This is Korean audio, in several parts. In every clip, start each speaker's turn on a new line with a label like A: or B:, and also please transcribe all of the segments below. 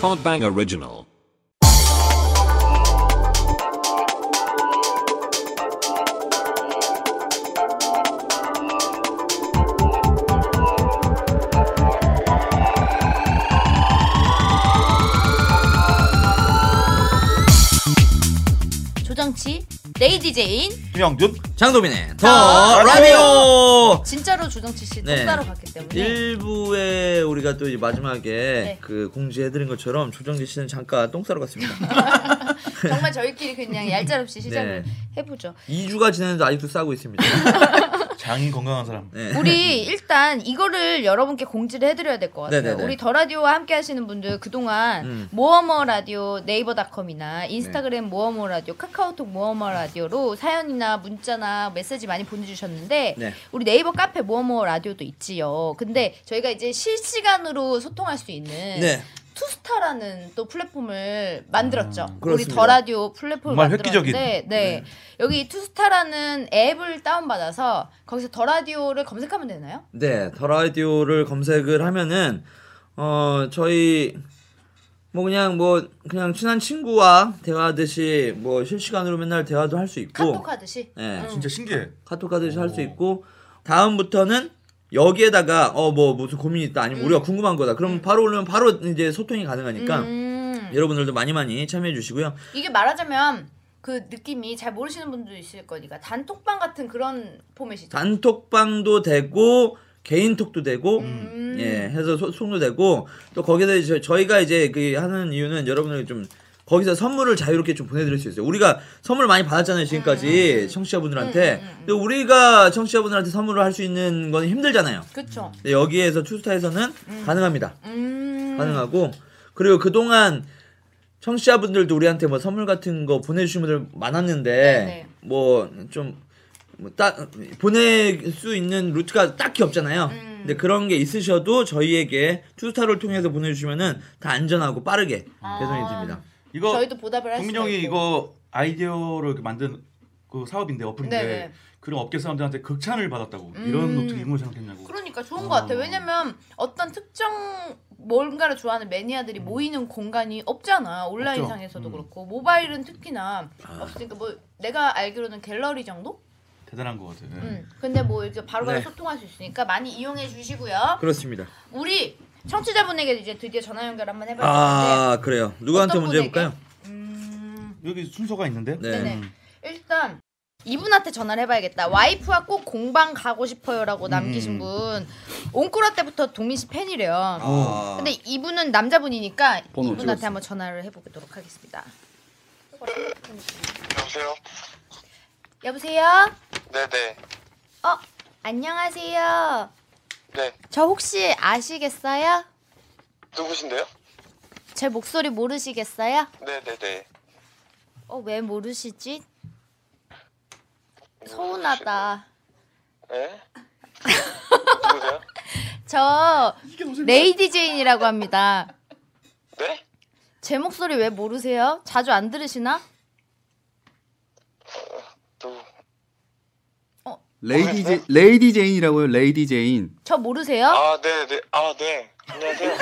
A: Podbang Original.
B: 조정치 레이디 제인
C: 김영준
D: 장도민의
B: 더
D: 더 라디오
B: 진짜로 조정치 씨
D: 네.
B: 똑따로 갔기 때문에
D: 1부에 우리가 또 이제 마지막에 그 공지해드린 것처럼 조정지 씨는 잠깐 똥 싸러 갔습니다.
B: 정말 저희끼리 그냥 얄짤없이 시작을
D: 네.
B: 해보죠.
D: 2주가 지났는데 아직도 싸고 있습니다.
C: 장이 건강한 사람
D: 네.
B: 우리 일단 이거를 여러분께 공지를 해드려야 될 것 같아요.
D: 네네네.
B: 우리 더 라디오와 함께 하시는 분들 그동안
D: 음.
B: 모어머 라디오 네이버닷컴이나 인스타그램 모어머 라디오, 카카오톡 모어머 라디오로 사연이나 문자나 메시지 많이 보내주셨는데
D: 네.
B: 우리 네이버 카페 모어머 라디오도 있지요. 근데 저희가 이제 실시간으로 소통할 수 있는
D: 네.
B: 투스타라는 또 플랫폼을 만들었죠. 우리
D: 음, 그렇습니다.
B: 더 라디오 플랫폼을
C: 정말
B: 만들었는데,
C: 획기적인.
B: 네. 여기 투스타라는 앱을 다운받아서 거기서 더 라디오를 검색하면 되나요?
D: 네, 더 라디오를 검색을 하면은 어 저희 뭐 그냥 뭐 그냥 친한 친구와 대화하듯이 뭐 실시간으로 맨날 대화도 할 수
C: 뭐.
D: 있고,
B: 카톡 하듯이.
D: 네,
C: 진짜 신기해
D: 카톡하듯이 할 수
B: 어.
D: 있고 다음부터는 여기에다가 어 뭐 무슨 고민이 있다 아니면 우리가 궁금한 거다 그럼 바로 올리면 바로 이제 소통이 가능하니까
B: 음,
D: 여러분들도 많이 많이 참여해 주시고요.
B: 이게 말하자면 그 느낌이 잘 모르시는 분도 있을 거니까 단톡방 같은 그런 포맷이죠.
D: 단톡방도 되고 개인톡도 되고
B: 음.
D: 예 해서 소통도 되고 또 거기서 이제 저희가 이제 그 하는 이유는 여러분들 좀 거기서 선물을 자유롭게 좀 보내드릴 수 있어요. 우리가 선물 많이 받았잖아요
B: 음,
D: 지금까지 청취자분들한테. 근데 우리가 청취자분들한테 선물을 할 수 있는 건 힘들잖아요.
B: 그렇죠.
D: 근데 여기에서 투스타에서는 가능합니다.
B: 음.
D: 가능하고 그리고 그 동안 청취자분들도 우리한테 뭐 선물 같은 거 보내주신 분들 많았는데
B: 네네.
D: 뭐좀 뭐딱 보낼 수 있는 루트가 딱히 없잖아요.
B: 음.
D: 근데 그런 게 있으셔도 저희에게 투스타를 통해서 보내주시면은 다 안전하고 빠르게 배송이 됩니다.
C: 이거
B: 저희도 보답을 할 수가
C: 어, 국민형이
B: 있고.
C: 이거 아이디어를 이렇게 만든 그 사업인데 어플인데
B: 네네. 음.
C: 그런 업계 사람들한테 극찬을 받았다고 이런 노트 이걸 생각했냐고
B: 그러니까 좋은 것 같아요. 왜냐면 어떤 특정 뭔가를 좋아하는 매니아들이
D: 음.
B: 모이는 공간이 없잖아. 온라인상에서도 그렇고 모바일은 특히나
D: 아.
B: 없으니까 뭐 내가 알기로는 갤러리 정도?
C: 대단한 거 같아 네.
B: 음. 근데 뭐 이렇게 바로바로
D: 네.
B: 소통할 수 있으니까 많이 이용해 주시고요.
D: 그렇습니다.
B: 우리 청취자분에게 이제 드디어 전화 연결 한번 해볼 텐데.
D: 아 그래요. 누구한테
B: 네. 어떤
D: 먼저 해볼까요?
B: 분에게? 음,
C: 여기 순서가 있는데
D: 네.
B: 네네. 일단 이분한테 전화를 해봐야겠다. 와이프와 꼭 공방 가고
D: 음.
B: 싶어요라고 남기신 분. 옹꾸라 때부터 동민 씨 팬이래요.
D: 아.
B: 근데 이분은 남자분이니까
E: 번호
B: 이분한테
E: 찍었어.
B: 한번 전화를 해보도록 하겠습니다.
F: 여보세요?
B: 여보세요?
F: 네네.
B: 어 안녕하세요.
F: 네.
B: 저 혹시 아시겠어요?
F: 누구신데요?
B: 제 목소리 모르시겠어요?
F: 네네네.
B: 어 왜 모르시지? 서운하다.
F: 네? 누구세요?
B: 저 레이디 제인이라고 합니다.
F: 네?
B: 제 목소리 왜 모르세요? 자주 안 들으시나?
F: 누구?
B: 어?
D: 어,
E: 레이디
D: 네.
E: 제, 레이디 제인이라고요. 레이디 제인.
B: 저 모르세요?
F: 아, 네네. 아, 네. 안녕하세요.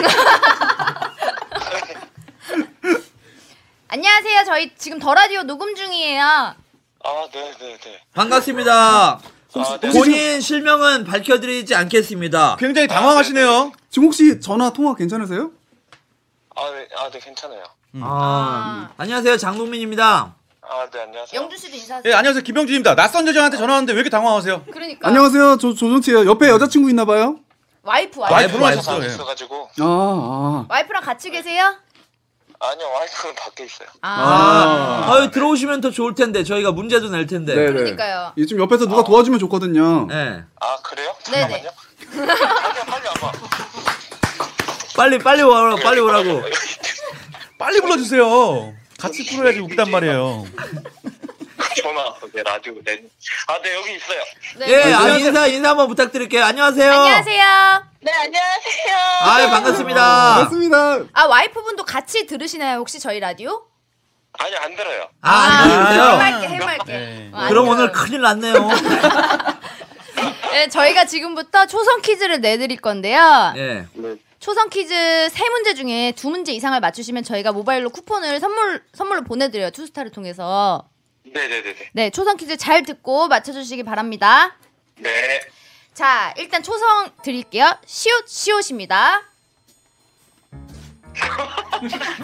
B: 안녕하세요. 저희 지금 더 라디오 녹음 중이에요.
F: 아, 네네네.
D: 반갑습니다.
F: 혹시-
C: 아, 네.
F: 혹시
D: 본인 실명은 밝혀드리지 않겠습니다.
C: 굉장히 당황하시네요
E: 지금 혹시 전화 통화 괜찮으세요?
F: 아, 네. 아, 네. 괜찮아요.
D: 아, 안녕하세요 장동민입니다.
F: 아, 네. 안녕하세요.
B: 영주 씨도 인사하세요.
C: 예 안녕하세요 김병준입니다 낯선 여자한테 전화 왔는데 왜 이렇게 당황하세요
D: 아.
B: 그러니까
E: 안녕하세요. 저 조정치예요. 옆에
D: 네.
E: 여자친구 있나 봐요?
B: 와이프 와이프.
C: 와이프로
D: 와이프,
C: 하셨어요 예.
F: 아, 있어가지고.
E: 아, 아.
B: 와이프랑 같이 계세요?
F: 아니요. 와이프는 밖에 있어요.
D: 아, 아유, 들어오시면 더 좋을 텐데 저희가 문제도 낼 텐데.
E: 네, 네.
B: 그러니까요.
E: 이 지금 옆에서 누가 도와주면 좋거든요.
D: 어. 네.
F: 아, 그래요?
B: 네네.
F: 잠깐만요. 빨리,
D: 빨리 빨리
F: 빨리 와봐.
D: 와라 빨리 오라고.
F: 아,
C: 빨리 불러주세요 같이 풀어야지 웃기단 말이에요
F: 전화 왔어. 네, 라디오. 네. 아, 네. 여기 있어요.
B: 네.
D: 예, 아, 인사 인사 한번 부탁드릴게요. 안녕하세요.
B: 안녕하세요.
F: 네, 안녕하세요.
D: 아유 예, 반갑습니다.
E: 맞습니다.
B: 아 와이프분도 같이 들으시나요 혹시 저희 라디오?
F: 아니, 안 들어요.
D: 아, 안녕하세요.
B: 해맑게 해맑게.
C: 네.
B: 어,
D: 그럼
B: 아니요.
D: 오늘 큰일 났네요.
B: 네, 저희가 지금부터 초성 퀴즈를 내드릴 건데요.
D: 예.
F: 네.
B: 초성 퀴즈 세 문제 중에 두 문제 이상을 맞추시면 저희가 모바일로 쿠폰을 선물 선물로 보내드려요 투스타를 통해서.
F: 네네네네.
B: 네, 초성 퀴즈 잘 듣고 맞춰주시기 바랍니다.
F: 네.
B: 자, 일단 초성 드릴게요. 시옷 시옷입니다.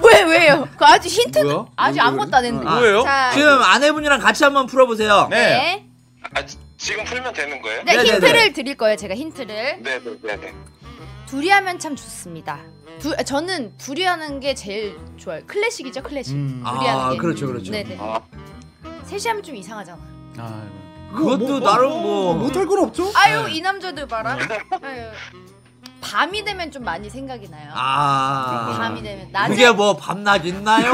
G: 왜 왜요? 그 아직 힌트
E: 뭐야?
G: 아직
E: 뭔데,
G: 아무것도 안 했는데.
D: 아,
C: 뭐예요?
B: 자,
D: 지금 아내분이랑 같이 한번 풀어보세요.
C: 네.
B: 네.
F: 아, 지- 지금 풀면 되는 거예요?
B: 네,
D: 네, 네,
B: 힌트를
D: 네.
B: 드릴 거예요. 제가 힌트를
F: 네네네네.
B: 둘이 하면 참 좋습니다. 두, 저는 둘이 하는 게 제일 좋아요. 클래식이죠, 클래식.
C: 음.
B: 둘이 하는
D: 아,
B: 게.
D: 그렇죠, 그렇죠.
B: 네네.
F: 아,
B: 셋이 하면 좀 이상하잖아.
C: 아,
D: 그것도 나름 뭐.
E: 못할 건 없죠?
B: 아유 이 남자들 봐라. 아유. 밤이 되면 좀 많이 생각이 나요. 밤이
D: 아.
B: 되면 낮에
D: 그게 뭐 밤낮 있나요?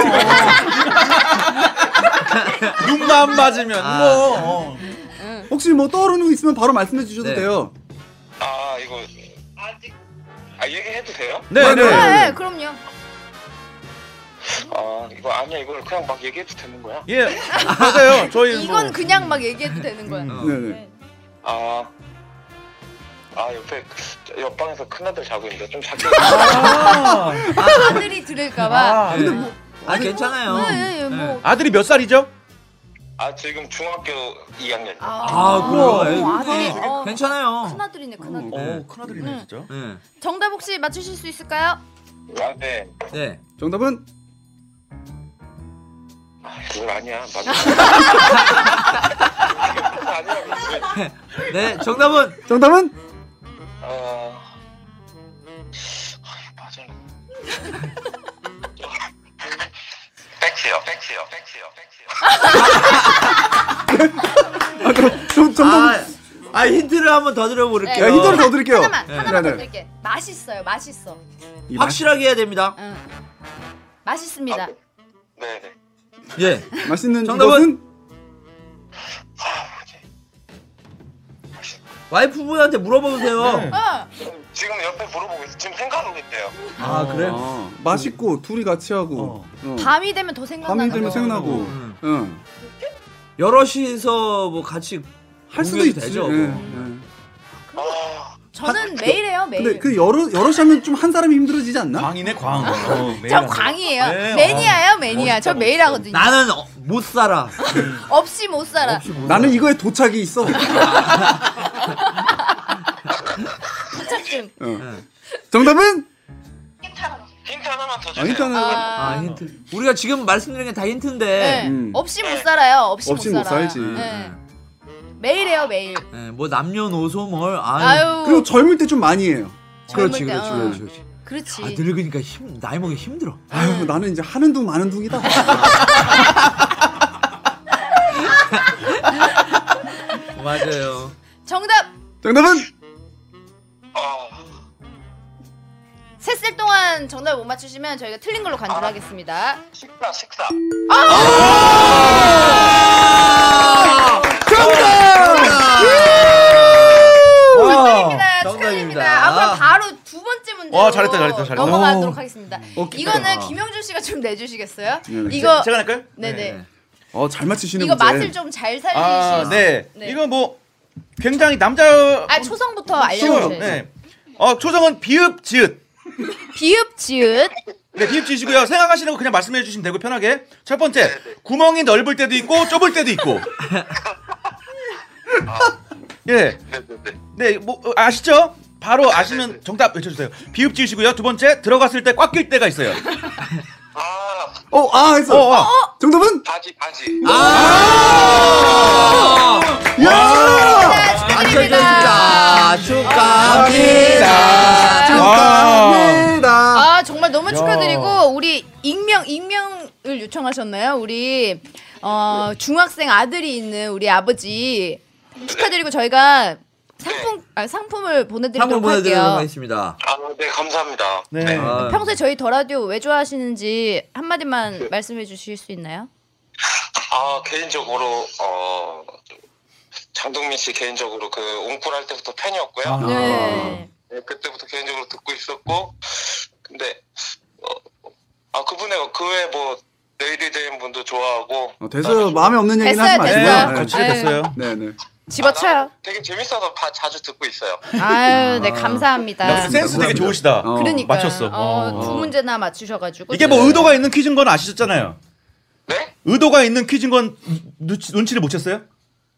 C: 눈만 맞으면
D: 아.
C: 뭐. 어.
E: 혹시 뭐 떠오르는 거 있으면 바로 말씀해 주셔도
D: 네.
E: 돼요.
F: 아 이거 아직 아 얘기해도 돼요?
C: 네,
E: 맞아요.
C: 네.
B: 네, 그럼요.
F: 아 이거 아니야 이걸 그냥 막 얘기해도 되는 거야?
C: 예. 맞아요. 저희 뭐.
B: 이건 그냥 막 얘기해도 되는 거야.
E: 음.
D: 어.
E: 네네.
F: 아. 아 옆에 옆방에서 큰 아들 자고 있는데 좀 작게
C: 아.
B: 아들이 들을까봐.
C: 아,
D: 네.
E: 뭐
C: 네.
D: 아, 괜찮아요. 예.
B: 네, 네, 뭐.
C: 아들이 몇 살이죠?
F: 아 지금 중학교 2학년
D: 아, 그래요?
B: 어,
D: 아,
B: 아들이 어,
D: 괜찮아요.
B: 큰아들이네, 큰아들.
E: 어.
D: 네.
C: 큰아들이네 진짜.
D: 네.
B: 정답 혹시 맞추실 수 있을까요?
F: 아네
D: 네.
E: 정답은
F: 그건 아니야 맞아 아니야
D: 네, 정답은
E: 정답은
F: 어 아, 맞아 백시요 백시요 백시요 백시요
E: 아, 저- 저- 정답은
D: 아, 아 힌트를 한번 더 드려볼게요.
E: 야, 힌트를 더 드릴게요.
B: 네. 하나만,
D: 네.
B: 하나만 더
E: 네네.
B: 드릴게. 맛있어요, 맛있어.
E: 이 맛-
D: 확실하게 해야 됩니다.
B: 응.
E: 아,
B: 맛있습니다.
E: 음.
F: 네네
D: 예.
E: 맛있는
D: 정답은?
E: 이것은
D: 와이프분한테 물어보세요.
C: 네.
G: 어.
F: 지금 옆에 물어보고 있어 지금 생각하고 있대요
D: 아, 그래요?
E: 아, 맛있고 둘이 같이 하고
C: 어.
E: 어.
B: 밤이 되면 더 생각나는
E: 밤이 되면
B: 거.
E: 생각나고
D: 음.
E: 응.
D: 여럿이서 뭐 같이
E: 할 수도
D: 공유해도
E: 있지.
D: 되죠,
E: 예,
D: 뭐.
E: 예.
F: 아
G: 저는 매일 해요 매일.
E: 근데
B: 네.
E: 그 여러 여럿이 하면 좀 한 사람이 힘들어지지 않나?
C: 광이네 광. 어, 매일
G: 저
C: 하는 거.
G: 광이에요.
C: 네,
G: 매니아예요 매니아. 저 매일 하거든요.
D: 나는 어, 못 살아.
G: 없이 못 살아.
E: 나는 이거에 도착이 있어.
G: 부착증.
E: 응. 어. 정답은
F: 힌트 하나만 더
E: 아,
F: 주세요
E: 일단은
D: 아,
G: 아,
D: 힌트. 우리가 지금 말씀드린 게 다 힌트인데.
G: 네.
E: 음.
G: 없이 못 살아요. 없이,
E: 없이
G: 못
E: 못
G: 살아요.
E: 살지.
G: 네. 매일 해요 매일.
D: 예, 뭐 남녀노소 뭘 아유.
G: 아유.
E: 그리고 젊을 때 좀 많이 해요.
D: 그렇지,
G: 젊을 때,
D: 그렇지,
G: 어.
D: 그렇지, 그렇지.
G: 그렇지.
D: 아, 늙으니까 힘 나이 먹기 힘들어.
B: 네.
E: 아유 나는 이제 하는 둥 마는 둥이다.
D: 맞아요.
B: 정답.
E: 정답은
F: 아
B: 셋 셀 동안 정답 못 맞추시면 저희가 틀린 걸로 간주하겠습니다.
F: 식사 식사
D: 아!
B: 정답입니다. 축하드립니다.
D: 정답입니다.
B: 앞으로 바로 두 번째 문제로
C: 와, 잘했다, 잘했다, 잘했다.
B: 넘어가도록
C: 오.
B: 하겠습니다.
E: 어, 기대다.
B: 이거는 김영준 씨가 좀 내주시겠어요?
E: 네, 네.
B: 이거
C: 제가 낼까요?
B: 네네.
E: 어잘 맞히시는
B: 이거
E: 네. 문제.
B: 맛을 좀 잘 살리실
C: 아,
B: 수-
C: 네.
B: 네.
C: 이거 뭐 굉장히 남자
B: 아 초성부터
C: 쉬워요.
B: 알려주세요.
C: 네. 어, 초성은 비읍 지읒.
B: 비읍 지읒.
C: 네, 비읍 지시고요. 생각하시는 거 그냥 말씀해 주시면 되고 편하게. 첫 번째. 구멍이 넓을 때도 있고 좁을 때도 있고. 예.
F: 네네네
C: 네, 뭐 어, 아시죠? 바로 아시면 정답 외쳐 주세요. 비읍 지으시고요. 두 번째. 들어갔을 때 꽉 낄 때가 있어요.
F: 아
E: 어아
C: 어,
E: 했어.
C: 어.
E: 정답은
F: 바지 바지
D: 아!
E: 야.
B: 자, 축하드립니다.
D: 맞춰줬습니다. 축하합니다.
E: 정답입니다.
B: 아 정말 너무 축하드리고 우리 익명 익명을 요청하셨나요? 우리 어, 중학생 아들이 있는 우리 아버지 축하드리고 저희가 상품 아, 상품을
D: 상품
B: 보내드리도록
D: 보내드리도록
B: 할게요.
D: 하겠습니다.
F: 아네 감사합니다
C: 네.
D: 아,
B: 평소에 저희 더 라디오 왜 좋아하시는지 한 마디만 말씀해 주실 수 있나요?
F: 아 개인적으로 어 장동민 씨 개인적으로 그 웅쿨 할 때부터 팬이었고요.
E: 아,
B: 네.
F: 네, 그때부터 개인적으로 듣고 있었고 근데 어, 아 그분의 그 외에 뭐 내일이 된 분도 좋아하고
E: 어, 됐어요. 마음에 없는 얘기는 하지 마시고요.
B: 됐어요, 됐어요.
E: 네.
C: 같이 됐어요.
E: 네네.
B: 아, 집어쳐요.
F: 되게 재밌어서 봐- 자주 듣고 있어요.
B: 아유, 네 감사합니다.
C: 역시 센스 되게
E: 감사합니다.
C: 좋으시다.
E: 어.
B: 그러니까
C: 맞췄어.
B: 어, 두 문제나 맞추셔가지고
C: 이게 뭐 의도가 있는 퀴즈인 건 아시셨잖아요.
F: 네?
C: 의도가 있는 퀴즈인 건 눈치, 눈치를 못 챘어요?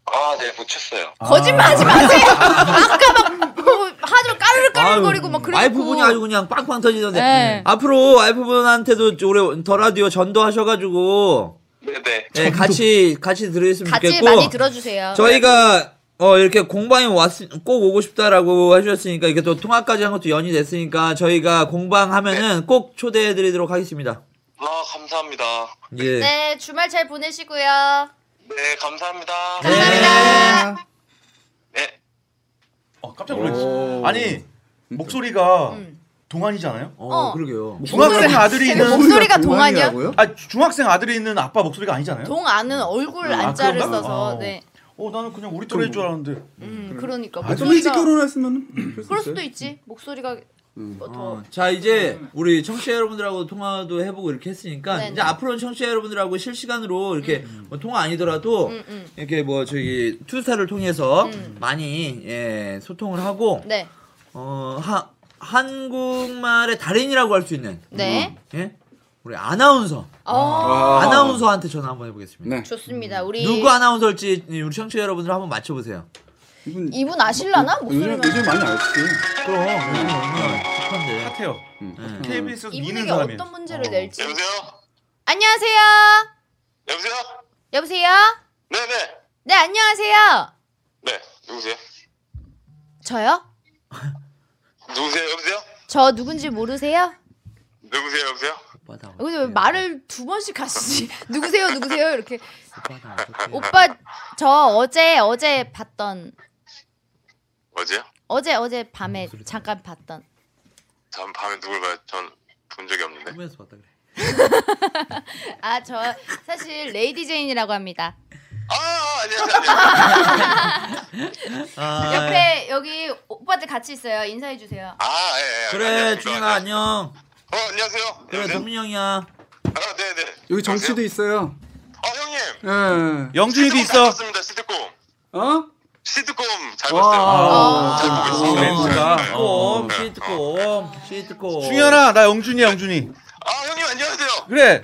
F: 아, 네, 못 쳤어요.
B: 거짓말하지 마세요. 아까 막뭐 하도 까르르까르거리고 막 그랬고.
D: 와이프분이 아주 그냥 빵빵 터지던데
B: 네.
D: 앞으로 와이프분한테도 올해 더 라디오 전도하셔가지고
F: 네, 네.
D: 네, 같이 같이 들으셨으면
B: 같이
D: 좋겠고
B: 많이 들어주세요.
D: 저희가 어 이렇게 공방에 왔꼭 오고 싶다라고 해주셨으니까 이게 또 통화까지 한 것도 연이 됐으니까 저희가 공방
B: 네.
D: 하면은 꼭 초대해드리도록 하겠습니다.
F: 아, 감사합니다.
D: 예.
B: 네 주말 잘 보내시고요.
F: 네, 감사합니다. 네.
C: 어, 깜짝 놀랐지. 아니 목소리가 동안이잖아요.
D: 어,
B: 어.
D: 그러게요.
B: 뭐,
C: 중학생 아들이 있는
B: 목소리가 동안이야?
E: 동안이라고요?
C: 아 중학생 아들이 있는 아빠 목소리가 아니잖아요.
B: 동안은 얼굴
C: 아,
B: 안자를
C: 그런가?
B: 써서
C: 아,
B: 네.
C: 어 나는 그냥 우리 또래인 줄 알았는데.
B: 음, 그러니까
C: 아,
E: 좀 일찍
B: 목소리가
E: 결혼했으면
B: 그럴 수도 있지. 목소리가 뭐
D: 어, 자 이제 우리 청취자 여러분들하고 통화도 해보고 이렇게 했으니까
B: 네네.
D: 이제 앞으로는 청취자 여러분들하고 실시간으로 이렇게 뭐 통화 아니더라도
B: 음, 음.
D: 이렇게 뭐 저기 투스타를 통해서 많이 예, 소통을 하고
B: 네.
D: 어, 하, 한국말의 달인이라고 할 수 있는
B: 네.
D: 예? 우리 아나운서
B: 어.
D: 아나운서한테 전화 한번 해보겠습니다.
E: 네.
B: 좋습니다. 우리
D: 누구 아나운서일지 우리 청취자 여러분들 한번 맞춰보세요.
E: 이분
B: 이분 아실라나?
E: 요즘
B: 목소리만.
E: 뭐, 요즘 많이 알지.
C: 그럼 네,
D: 착한데.
C: 같아요.
D: 음.
C: KBS에서 미는
B: 이분에게
C: 사람이에요.
B: 어떤 문제를 낼지.
F: 여보세요?
B: 안녕하세요.
F: 여보세요?
B: 여보세요?
F: 네, 네.
B: 네, 안녕하세요.
F: 네, 누구세요?
B: 저요?
F: 누구세요? 여보세요?
B: 저 누군지 모르세요?
F: 누구세요? 여보세요?
D: 오빠다.
B: 근데 왜 말을 두 번씩 하시지? 누구세요? 누구세요? 이렇게.
D: 오빠다. 어떡해.
B: 오빠 저 어제 어제 봤던
F: 어제요?
B: 어제 어제 밤에 잠깐 봤던
F: 전 밤에 누굴 봐요? 전 본 적이 없는데.
D: 꿈에서
B: 어.
D: 봤다 그래.
B: 아 저 사실 레이디 제인이라고 합니다.
F: 아, 아, 안녕하세요. 안녕하세요.
D: 아,
B: 옆에 여기 오빠들 같이 있어요. 인사해 주세요.
F: 아, 예, 예.
D: 그래
F: 안녕하십니까.
D: 준영아 안녕.
F: 어, 안녕하세요.
D: 그래
F: 여보세요?
D: 동민 형이야.
F: 아, 네, 네.
E: 여기 정치도
F: 여보세요?
E: 있어요.
F: 어, 형님.
E: 예.
C: 영준이도 있어.
F: 맞췄습니다. 시드콤.
E: 어? 아,
F: 시드콤 잘 봤어요.
E: 와.
F: 잘 보고 있습니다.
C: 멘트가.
F: 네.
D: 꼼 어, 시트콤 시트콤.
C: 중현아 나 영준이야 영준이.
F: 아, 형님 안녕하세요.
C: 그래.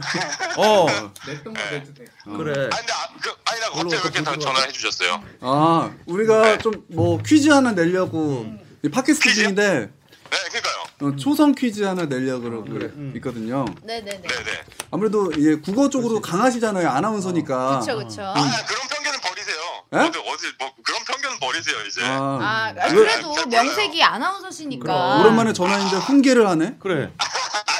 C: 어
D: 그래.
F: 아, 근데 아, 그, 아니 나 갑자기 왜 이렇게 다 전화해 주셨어요?
E: 아, 우리가 좀 뭐 퀴즈 하나 내려고 이 팟캐스트
F: 퀴즈요?
E: 중인데
F: 네, 그러니까요.
E: 어, 초성 퀴즈 하나 내려고 그러고 있거든요.
B: 네네네.
F: 네, 네.
E: 아무래도 이게 국어 쪽으로 강하시잖아요. 아나운서니까.
B: 어. 그쵸 그쵸.
F: 아, 그런 편견은 버리세요.
E: 예?
F: 어디 어디 뭐 그런 편견은 버리세요 이제.
E: 아,
B: 아 그래도 명색이
E: 그럼
B: 아나운서시니까.
E: 오랜만에 전화했는데 훈계를 하네.
C: 그래.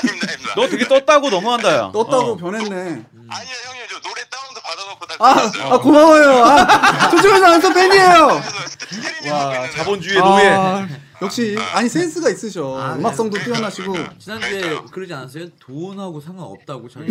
F: 아닙니다, 아닙니다.
C: 너 되게 떴다고 너무한다야.
E: 떴다고
C: 어.
E: 변했네.
F: 아니요, 형님 저 노래 다운도 받아놓고 다.
E: 아, 아 고마워요. 아, 조심해서 아나운서 팬이에요.
F: 스테리님 하고
C: 와
F: 있는데.
C: 어. 아, 자본주의 노예.
E: 아, 역시 아니 센스가 있으셔.
D: 아, 네.
E: 음악성도 뛰어나시고.
F: 아,
D: 지난주에 그러지 않았어요? 돈하고 상관없다고 저희.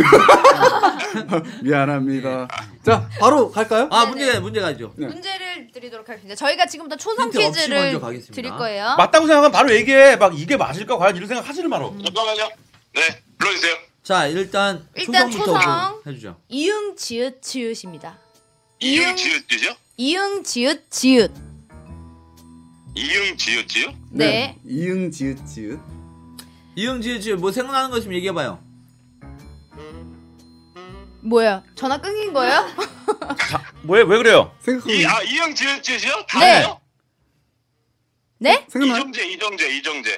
E: 미안합니다. 자, 바로 갈까요?
D: 아 문제 문제가 있죠.
B: 문제를 드리도록 하겠습니다. 저희가 지금부터 초성
D: 힌트 없이 먼저
B: 퀴즈를
D: 가겠습니다.
B: 드릴 거예요.
C: 맞다고 생각하면 바로 얘기해. 막 이게 맞을까 과연 이런 생각 하지를 말어.
F: 잠깐만요. 네, 불러주세요.
D: 자 일단
B: 일단
D: 초성부터
B: 초성.
D: 좀 해주죠.
B: 이응 지읒 지읒입니다.
F: 이응 지읒지요?
B: 이응 지읒 지읒.
F: 이응 지읒지요?
B: 네.
E: 이응 지읒 지읒.
D: 이응지 지금 뭐 생각나는 거 있으면 얘기해봐요.
B: 음, 뭐야? 전화 끊긴 거예요?
C: 왜 왜 그래요?
E: 생각하고
F: 이, 아, 이응 지읒지요?
B: 네.
F: 다요?
B: 네?
E: 생각나요?
F: 이정재, 이정재, 이정재.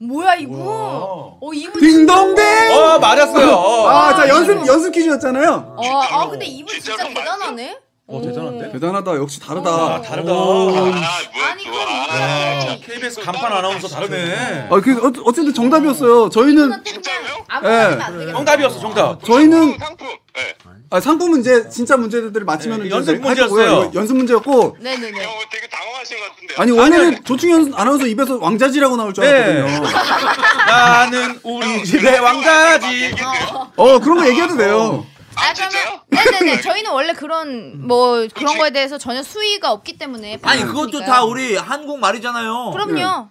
B: 뭐야 이분?
C: 우와.
B: 어 이분
E: 딩동댕.
C: 어 맞았어요. 어.
E: 아, 자 연습 연습 퀴즈였잖아요.
B: 어, 아 근데 이분 진짜
F: 진짜로
B: 대단하네.
C: 어, 대단한데?
E: 대단하다. 역시 다르다.
C: 아, 다르다.
F: 아, 뭐야,
B: 아니,
F: 좋아.
B: 그럼 이거는-
F: 아,
B: 네.
F: 참.
C: 어. KBS 간판 아나운서 다르네.
E: 아, 그 어, 어쨌든 정답이었어요. 저희는
F: 진짜요?
B: 아무 말이나
E: 예.
B: 안 되겠다.
C: 정답이었어 정답.
E: 저희는
F: 상품. 네.
E: 아, 상품 문제 진짜 문제들을 맞히면
C: 네,
E: 은
C: 연습 문제였어요.
E: 연습 문제였고
B: 네네네.
F: 형 되게 당황하신 것 같은데.
E: 아니 원래는 조충현 아나운서 입에서 왕자지라고 나올 줄
C: 네.
E: 알았거든요.
C: 나는 우리 집의 왕자지.
E: 어 그런 거 얘기해도 돼요.
F: 아, 진짜요?
B: 네네네. 저희는 원래 그런 뭐 그런 거에 대해서 전혀 수위가 없기 때문에.
D: 아니 그것도
B: 방송이니까요.
D: 다 우리 한국 말이잖아요.
B: 그럼요.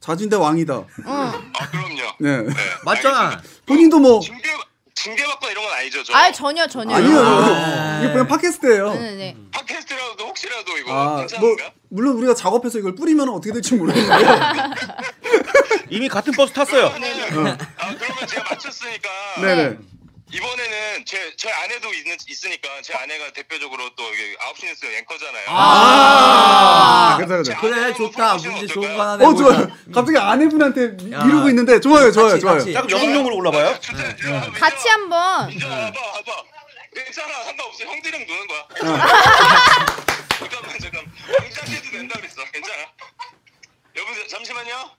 E: 자진대 왕이다.
F: 아, 그럼요.
E: 네.
F: 네,
D: 맞잖아.
F: 알겠습니다.
E: 본인도 뭐
F: 징계, 징계받거나 이런 건 아니죠, 저?
B: 아 전혀 전혀.
E: 아니에요. 이게 그냥 팟캐스트예요.
B: 네네.
F: 팟캐스트라고 혹시라도 혹시라도 이거
E: 아, 뭐
F: 괜찮은가?
E: 물론 우리가 작업해서 이걸 뿌리면 어떻게 될지 모르겠는데.
C: 이미 같은 버스 탔어요.
F: 그러면은- 아 그러면 제가 맞췄으니까
E: 네네.
F: 이번에는 제 제 아내도 있, 으니까제 아내가 대표적으로 또 여기 9시 뉴스 앵커잖아요.
E: 아, 괜찮아요.
F: 자,
D: 그래 좋다.
F: 혹시
D: 문제
F: 어떨까요?
D: 좋은 거 하나
E: 어
D: 내보자.
E: 좋아요. 갑자기 아내분한테 미,
D: 야.
E: 루고 있는데 좋아요, 좋아요,
D: 같이,
E: 좋아요.
D: 같이.
C: 자, 그럼 여성용으로 올라봐요. 네.
F: 진짜 이리 와봐,
B: 같이 한번
F: 이리
D: 네.
F: 와봐, 와봐, 와봐. 괜찮아 상관없어 형들이랑 노는 거야.
D: 어.
F: 잠깐만 잠깐 당장 해도 된다 그랬어 괜찮아. 여보세요 잠시만요.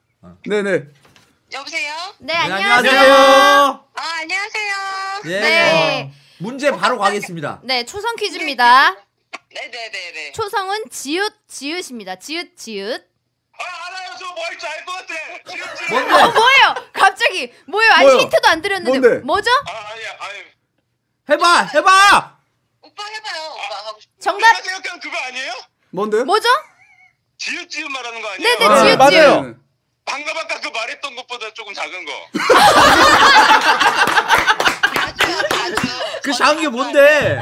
E: 네네.
H: 여보세요?
B: 네
D: 네,
B: 안녕하세요.
H: 아, 안녕하세요.
D: 예.
B: 네.
D: 어, 문제 바로 가겠습니다.
B: 네 초성 퀴즈입니다.
H: 네네네네.
B: 초성은 지읒 지읒입니다. 지읒 지읒.
F: 아 알아요 저 뭐 할 줄 알 것 같아. 지금 지금.
D: 뭔데?
B: 어 뭐예요? 갑자기 뭐예요? 아니
D: 뭐요?
B: 힌트도 안 드렸는데
E: 뭔데?
B: 뭐죠?
F: 아 아니야 아니.
D: 해봐, 해봐.
H: 오빠 해봐요. 오빠 하고 싶어.
B: 정답
F: 아, 내가 생각한 그거 아니에요?
E: 뭔데요?
B: 뭐죠?
F: 지읒 지읒 말하는 거 아니에요?
B: 네네
D: 아,
B: 지읒
C: 맞아요.
B: 지읒.
E: 네네.
F: 방금 아까 그 말했던 것보다 조금 작은 거.
H: 자주 해요, 자주.
B: 어,
D: 그 작은 게 뭔데?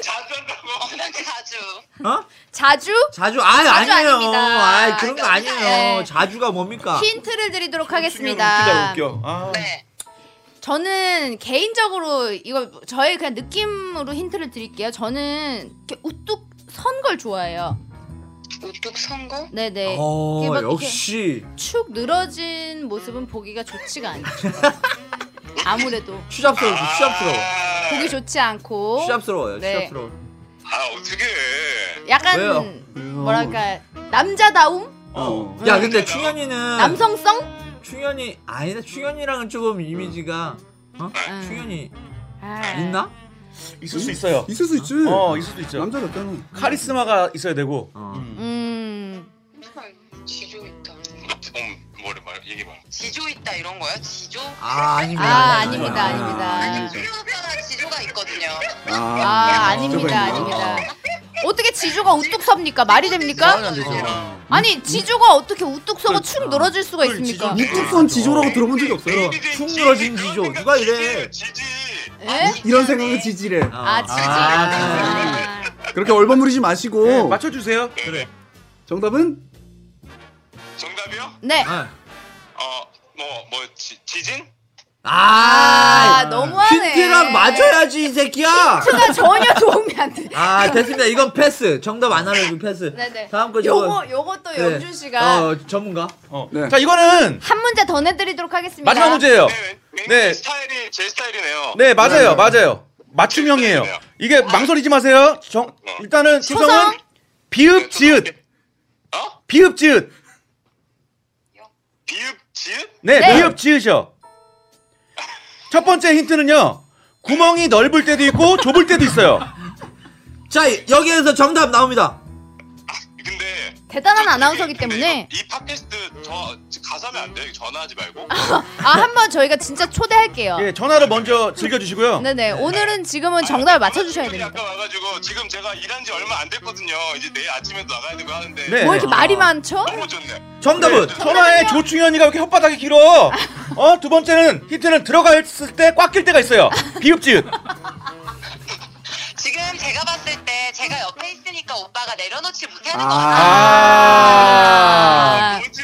F: 자전거고.
H: 난 자주.
D: 어?
B: 자주
D: 자주 아
B: 자주
D: 아니에요.
B: 아닙니다.
D: 아 그런 거 아니에요.
B: 네.
D: 자주가 뭡니까?
B: 힌트를 드리도록
C: 웃기다
B: 하겠습니다.
C: 웃겨. 아.
H: 네.
B: 저는 개인적으로 이거 저의 그냥 느낌으로 힌트를 드릴게요. 저는 이렇게 우뚝 선 걸 좋아해요.
H: 우뚝 선거?
B: 네네.
D: 어
B: 이렇게 막 이렇게
D: 역시
B: 축 늘어진 모습은 보기가 좋지가 않죠. 아무래도
D: 추잡스러워, 추잡스러워,
B: 보기 좋지 않고
D: 추잡스러워요,
B: 네.
D: 추잡스러워.
F: 아 어떻게?
B: 약간
D: 왜요?
B: 뭐랄까 남자다움,
E: 어.
D: 야 근데 충현이는
B: 네. 남성성.
D: 충현이 아니다 충현이랑은 조금 이미지가 어?
B: 음.
D: 충현이
B: 아.
D: 있나?
C: 있을 수 있어요.
E: 있을 수 있지.
C: 어, 있을 수 있죠.
E: 남자 같다는.
C: 카리스마가 있어야 되고.
D: 어.
C: 음.
B: 음.
H: 지조 있다.
F: 음 뭐래 말 얘기 말.
H: 지조 있다 이런 거야? 지조?
D: 아 아닙니다.
B: 아
D: 아니, 아니,
B: 아닙니다,
D: 아니.
B: 아닙니다.
H: 필요하나 지조가 있거든요.
B: 아 아닙니다, 아닙니다. 어떻게 지주가 우뚝 섭니까? 말이
D: 말이 안
B: 됩니까?
F: 어.
D: 되죠.
B: 아니 지주가 어떻게 우뚝 서고 축 늘어질 수가
C: 그걸
B: 있습니까?
C: 지주-
E: 우뚝선 지조라고 들어본 적이
F: 네,
E: 없어요.
D: 충 늘어진 지조. 누가 이래? 아,
F: 지지.
B: 예?
E: 이런 생각은 지지래.
D: 어.
B: 아 지지.
D: 아.
B: 아.
E: 그렇게 얼버무리지 마시고
C: 네, 맞춰주세요.
F: 그래.
E: 정답은
F: 정답이요?
B: 네.
D: 아.
F: 어뭐뭐 지진?
B: 아,
D: 아
B: 너무하네.
D: 힌트랑 맞아야지 이
B: 제가
D: 새끼야.
B: 그러니까 전혀 도움이 안 돼.
D: 아 됐습니다. 이건 패스. 정답 안 알려주고 패스.
B: 네네.
D: 다음 거 저거.
B: 요거 요것도
D: 네.
B: 연준 씨가
D: 어 전문가.
C: 어.
E: 네.
C: 자 이거는
B: 한 문제 더 내드리도록 하겠습니다.
C: 마지막
D: 어.
C: 문제예요.
F: 네. 왠-
C: 네.
F: 왠지 스타일이 제 스타일이네요.
C: 네 맞아요 맞아요. 맞춤형이에요. 이게 망설이지 마세요. 정, 일단은
B: 초성?
C: 초성은 비읍 지읒.
F: 어?
C: 비읍 지읒.
F: 비읍 지읒?
C: 네,
B: 네.
C: 비읍 지읒이요. 첫 번째 힌트는요. 구멍이 넓을 때도 있고 좁을 때도 있어요.
D: 자 여기에서 정답 나옵니다.
F: 근데
B: 대단한 아나운서기
F: 근데
B: 때문에
F: 이거- 이 팟캐스트 저 가사면 안 돼요. 전화하지 말고.
B: 아 한번 저희가 진짜 초대할게요.
C: 예, 전화로 먼저 즐겨주시고요.
B: 네네 오늘은 지금은 정답을 맞춰주셔야
F: 분이
B: 됩니다.
F: 아까 와가지고 지금 제가 일한 지 얼마 안 됐거든요. 이제 내일 아침에도 나가야 되고 하는데
C: 네.
B: 뭐 이렇게 말이 많죠?
F: 너무 좋네.
D: 정답은
C: 전화에 조충현이가 왜 이렇게 혓바닥이 길어? 어, 두 번째는 힌트는 들어가 있을 때 꽉 낄 때가 있어요. 비읍 지읒.
H: 지금 제가 봤을 때 제가 옆에 있으니까 오빠가 내려놓지 못하는 거야.
C: 아.
B: 아,
F: 뭐지?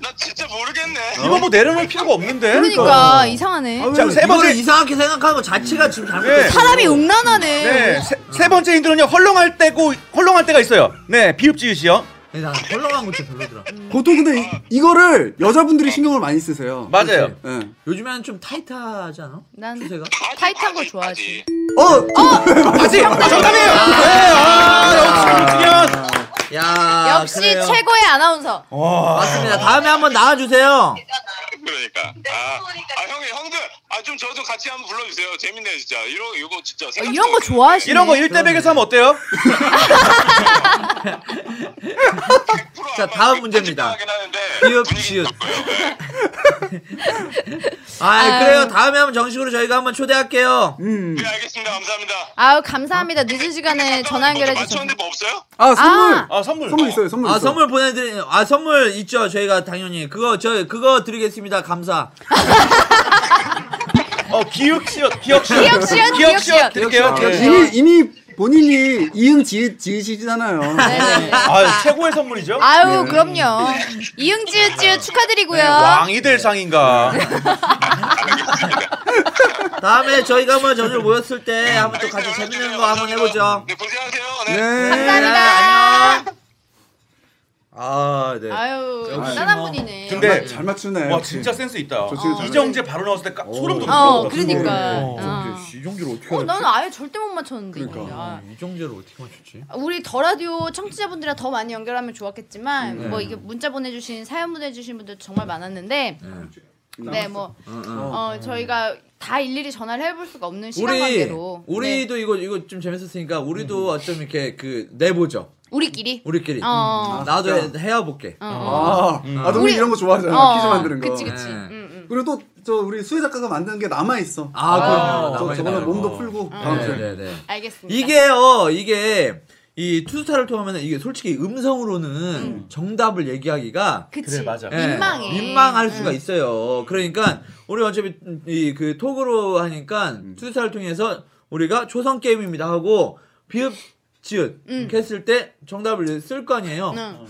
F: 나 진짜 모르겠네.
D: 어.
C: 이거 뭐 내려놓을 필요가 없는데.
B: 그러니까 이상하네.
E: 아,
C: 자, 세
D: 이거를
C: 번째.
D: 이상하게 생각하는 것 자체가 지금
C: 네.
D: 잘못됐어.
B: 사람이 음란하네.
C: 네, 세, 세 번째 힌트는요. 헐렁할 때고 헐렁할 때가 있어요. 네, 비읍 지읒이요.
D: 네, 나 헐렁한 것도 별로더라.
E: 보통 근데 이, 이거를 여자분들이 신경을 많이 쓰세요.
C: 맞아요.
E: 예.
D: 요즘에는 좀 타이트하지 않아?
B: 난
D: 추세가?
B: 타이트한 걸 좋아하지.
E: 어,
C: 맞지? 정답이에요. 네, 아, 역시 조충현.
D: 야
B: 역시
D: 아, 그래요.
B: 최고의 아나운서.
C: 와.
D: 맞습니다. 다음에 한번 나와주세요.
F: 그러니까.
H: 네,
F: 아, 아 형이 형들, 아 좀 저도 같이 한번 불러주세요. 재밌네 진짜. 이런 이거 진짜. 생각도
B: 아, 어, 이런 거
F: 못했는데.
B: 좋아하시네.
C: 이런 거 1대 100에서 하면 어때요?
F: 100%
D: 자,
F: 아마
D: 다음
F: 그
D: 문제입니다.
F: 편집하긴 하는데
D: 비읍
F: 분위기
D: 지읒.
F: 바꿔요. 네.
D: 아 그래요. 다음에 한번 정식으로 저희가 한번 초대할게요.
E: 음.
F: 네 알겠습니다. 감사합니다. 네,
B: 아우 감사합니다. 늦은 시간에 전화 연결해 주셔서.
F: 맞췄는데 뭐 없어요?
E: 아, 선물.
B: 아.
C: 아, 선물.
E: 선물 있어요. 선물
D: 아
E: 있어요.
D: 선물 보내드리 아 선물 있죠 저희가 당연히 그거 저 그거 드리겠습니다 감사
C: 어, 기억 시옷, 기억 시옷.
B: 기억 시옷, 기억 시옷.
C: 드릴게요.
E: 아,
C: 기억 시옷.
E: 이미 이미 본인이 이응 지읒 지으시잖아요.
B: 네네.
C: 아 최고의 선물이죠.
B: 아유 네. 그럼요. 이응지읒지읒 축하드리고요.
C: 네, 왕이들 상인가.
D: 다음에 저희가 한번 전주 모였을 때 한번 또 같이 재밌는 거 한번 해보죠.
F: 네, 고생하세요. 네.
E: 네.
D: 감사합니다. 안녕. 아, 네.
B: 아유
D: 역시
B: 대단한
D: 뭐.
B: 분이네.
C: 근데
E: 아, 잘 맞추네.
C: 와 진짜 센스 있다.
E: 저 지금 잘
C: 이정재 바로 나왔을 때 까- 소름 돋았어.
B: 어 그러니까.
C: 어.
B: 어.
D: 네.
E: 아.
D: 이정재를 어떻게
B: 어, 나는 아예 절대 못 맞췄는데.
E: 그러니까.
B: 이거를. 아.
D: 이정재를 어떻게 맞췄지?
B: 우리 더 라디오 청취자분들이랑 더 많이 연결하면 좋았겠지만
D: 네.
B: 뭐 이게 문자 보내주신 사연 보내주신 분들 정말 많았는데 네뭐 어, 저희가 다 일일이 전화를 해볼 수가 없는 시간
D: 우리
B: 관계로 네.
D: 우리도 이거 이거 좀 재밌었으니까 우리도
E: 음.
D: 어쩜 이렇게 그 내보죠
B: 우리끼리
D: 우리끼리. 음.
B: 어.
D: 나도
E: 진짜?
D: 해, 야 볼게.
E: 아,
D: 음.
E: 아 동민
B: 우리-
E: 이런 거 좋아하잖아.
B: 어,
E: 퀴즈 만드는 거.
B: 그치 음, 그치
D: 네.
B: 응, 응.
E: 그리고 또 저 우리 수혜 작가가 만든 게 남아 있어.
D: 아, 그럼요.
E: 저
D: 남아있나요?
E: 저번에 몸도
C: 어.
E: 풀고
D: 네,
E: 다음 주에.
D: 네, 네.
B: 알겠습니다
D: 이게요, 이게 이 투스타를 통하면 이게 솔직히 음성으로는 정답을 얘기하기가
B: 그치
C: 그래, 맞아.
D: 예,
B: 민망해 음. 예.
D: 민망할 수가
B: 응.
D: 있어요. 그러니까 우리 어차피 이 그 톡으로 하니까
E: 음.
D: 투스타를 통해서 우리가 초성 게임입니다 하고 비읍 지읒
B: 음.
D: 했을 때 정답을 쓸 거 아니에요.
B: 응.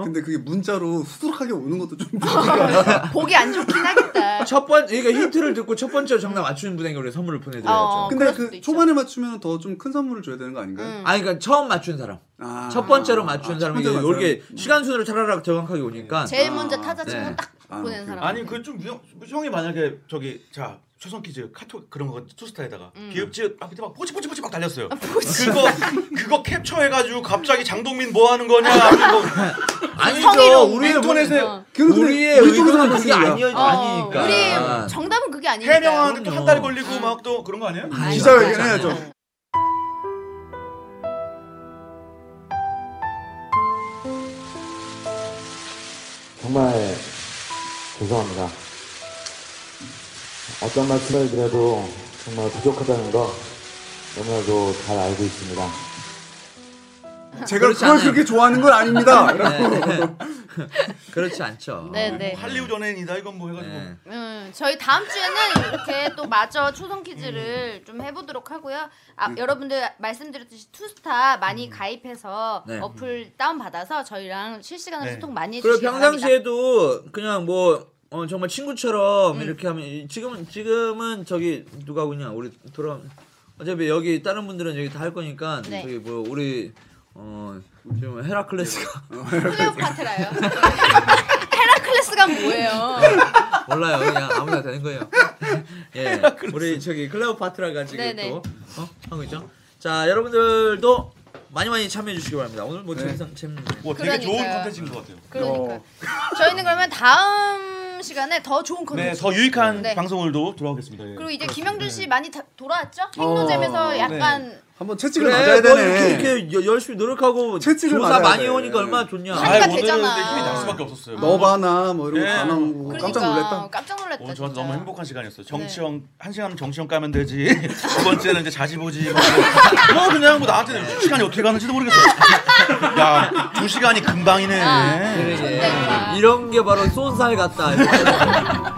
E: 근데 그게 문자로 수두룩하게 오는 것도
B: 아,
E: 좀 그러니까.
B: 어, 보기 안 좋긴 하겠다
D: 첫 번, 그러니까 힌트를 듣고 첫 번째 정답 맞추는 분에게 우리 선물을 보내드려야죠.
B: 어.
E: 근데
B: 그럴 수도
E: 그
B: 있죠.
E: 초반에 맞추면 더 좀 큰 선물을 줘야 되는 거 아닌가요?
B: 응.
D: 아니, 그러니까 처음 맞춘 사람.
E: 아.
D: 첫 번째로
E: 아,
D: 맞춘
E: 첫
D: 사람이
E: 번째 맞추는
D: 이게 시간 순으로 차라락 정확하게 오니까.
B: 음.
E: 아,
B: 제일 먼저 타자
D: 네.
B: 친구 딱
E: 아,
B: 보낸
E: 오케이.
B: 사람
C: 아니 그좀 형이 만약에 저기 자 초성 퀴즈 카톡 그런 거 투스타에다가
B: 음.
C: 비읍지 막 그때 막 뽀치뽀치뽀치 막
B: 아,
C: 달렸어요. 그거 그거 캡처해가지고 갑자기 장동민 뭐 하는 거냐 하고
D: 아니죠. 우리의
C: 인터넷에
D: 문-
E: 그건 그냥
D: 우리의
E: 우리 쪽에서만
D: 의도는 그게
E: 봤으니까.
D: 아니,
B: 어,
D: 아니니까.
B: 우리 정답은 그게 아니니까
C: 해명하는데 또 한 달
D: 그럼요.
C: 걸리고 막 또 그런 거 아니에요?
D: 아니,
E: 기자회견
D: 맞아요.
E: 해야죠.
I: 정말 죄송합니다. 어떤 말씀을 드려도 정말 부족하다는 거 너무나도 잘 알고 있습니다.
E: 제가
D: 그렇지
E: 그걸
D: 않아요.
E: 그렇게 좋아하는 건 아닙니다.
D: 네. 그렇지 않죠.
B: 네네
C: 할리우드 연예인이다 이건 뭐 해가지고
D: 네.
B: 음, 저희 다음 주에는 이렇게 또 마저 초성 퀴즈를 좀 해보도록 하고요. 아, 여러분들 말씀드렸듯이 투스타 많이 가입해서
D: 네.
B: 어플 다운 받아서 저희랑 실시간으로
C: 네.
B: 소통 많이
D: 그리고
B: 해주시기 바랍니다.
D: 평상시에도 그냥 뭐 어, 정말 친구처럼
B: 음.
D: 이렇게 하면 이- 지금은 지금은 저기 누가 오냐 우리 돌아 어차피 여기 다른 분들은 여기 다 할 거니까
B: 네.
D: 저기 뭐 우리 어 지금 헤라클레스가
B: 클레오파트라요. 헤라클레스가 뭐예요?
D: 몰라요 그냥 아무나 되는 거예요. 예 우리 저기 클레오파트라가 지금
B: 네네.
D: 또 어? 하고 있죠. 자 여러분들도 많이 많이 참여해 주시기 바랍니다. 오늘 뭐 재밌는 재밌는
C: 와 되게 좋은
B: 그러니까요.
C: 콘텐츠인 것 같아요.
B: 그러니까 저희는 그러면 다음 시간에 더 좋은
C: 네,
B: 컨텐츠.
C: 더 유익한
B: 네.
C: 방송으로 돌아오겠습니다. 어, 네. 예.
B: 그리고 이제 김영준 씨 많이 다- 돌아왔죠? 행노잼에서 약간
E: 한번 채찍을
D: 그래
E: 맞아야
D: 너
E: 되네.
D: 이렇게, 이렇게 여- 열심히 노력하고
E: 채찍을
D: 조사
E: 맞아야
D: 많이
E: 돼.
D: 해오니까 얼마나 좋냐.
B: 한-
C: 아이,
B: 한가
C: 오늘은
B: 되잖아. 아,
C: 근데 힘이 날 수밖에 없었어요.
E: 너바나 뭐 이런
C: 네.
E: 거다 나오고
B: 그러니까
E: 깜짝 놀랐다.
B: 깜짝 놀랐다.
C: 오늘 어, 저한테
B: 진짜. 네.
C: 너무 행복한 시간이었어요. 정치형 한 시간 정치형 까면 되지. 두 번째는 이제 자지보지. 뭐, 뭐 그냥 뭐 나한테는 시간이 어떻게 가는지도 모르겠어요. 야, 두 시간이 금방이네.
B: 아, 그러니까. 좋다.
D: 이런 게 바로 쏜살 같다.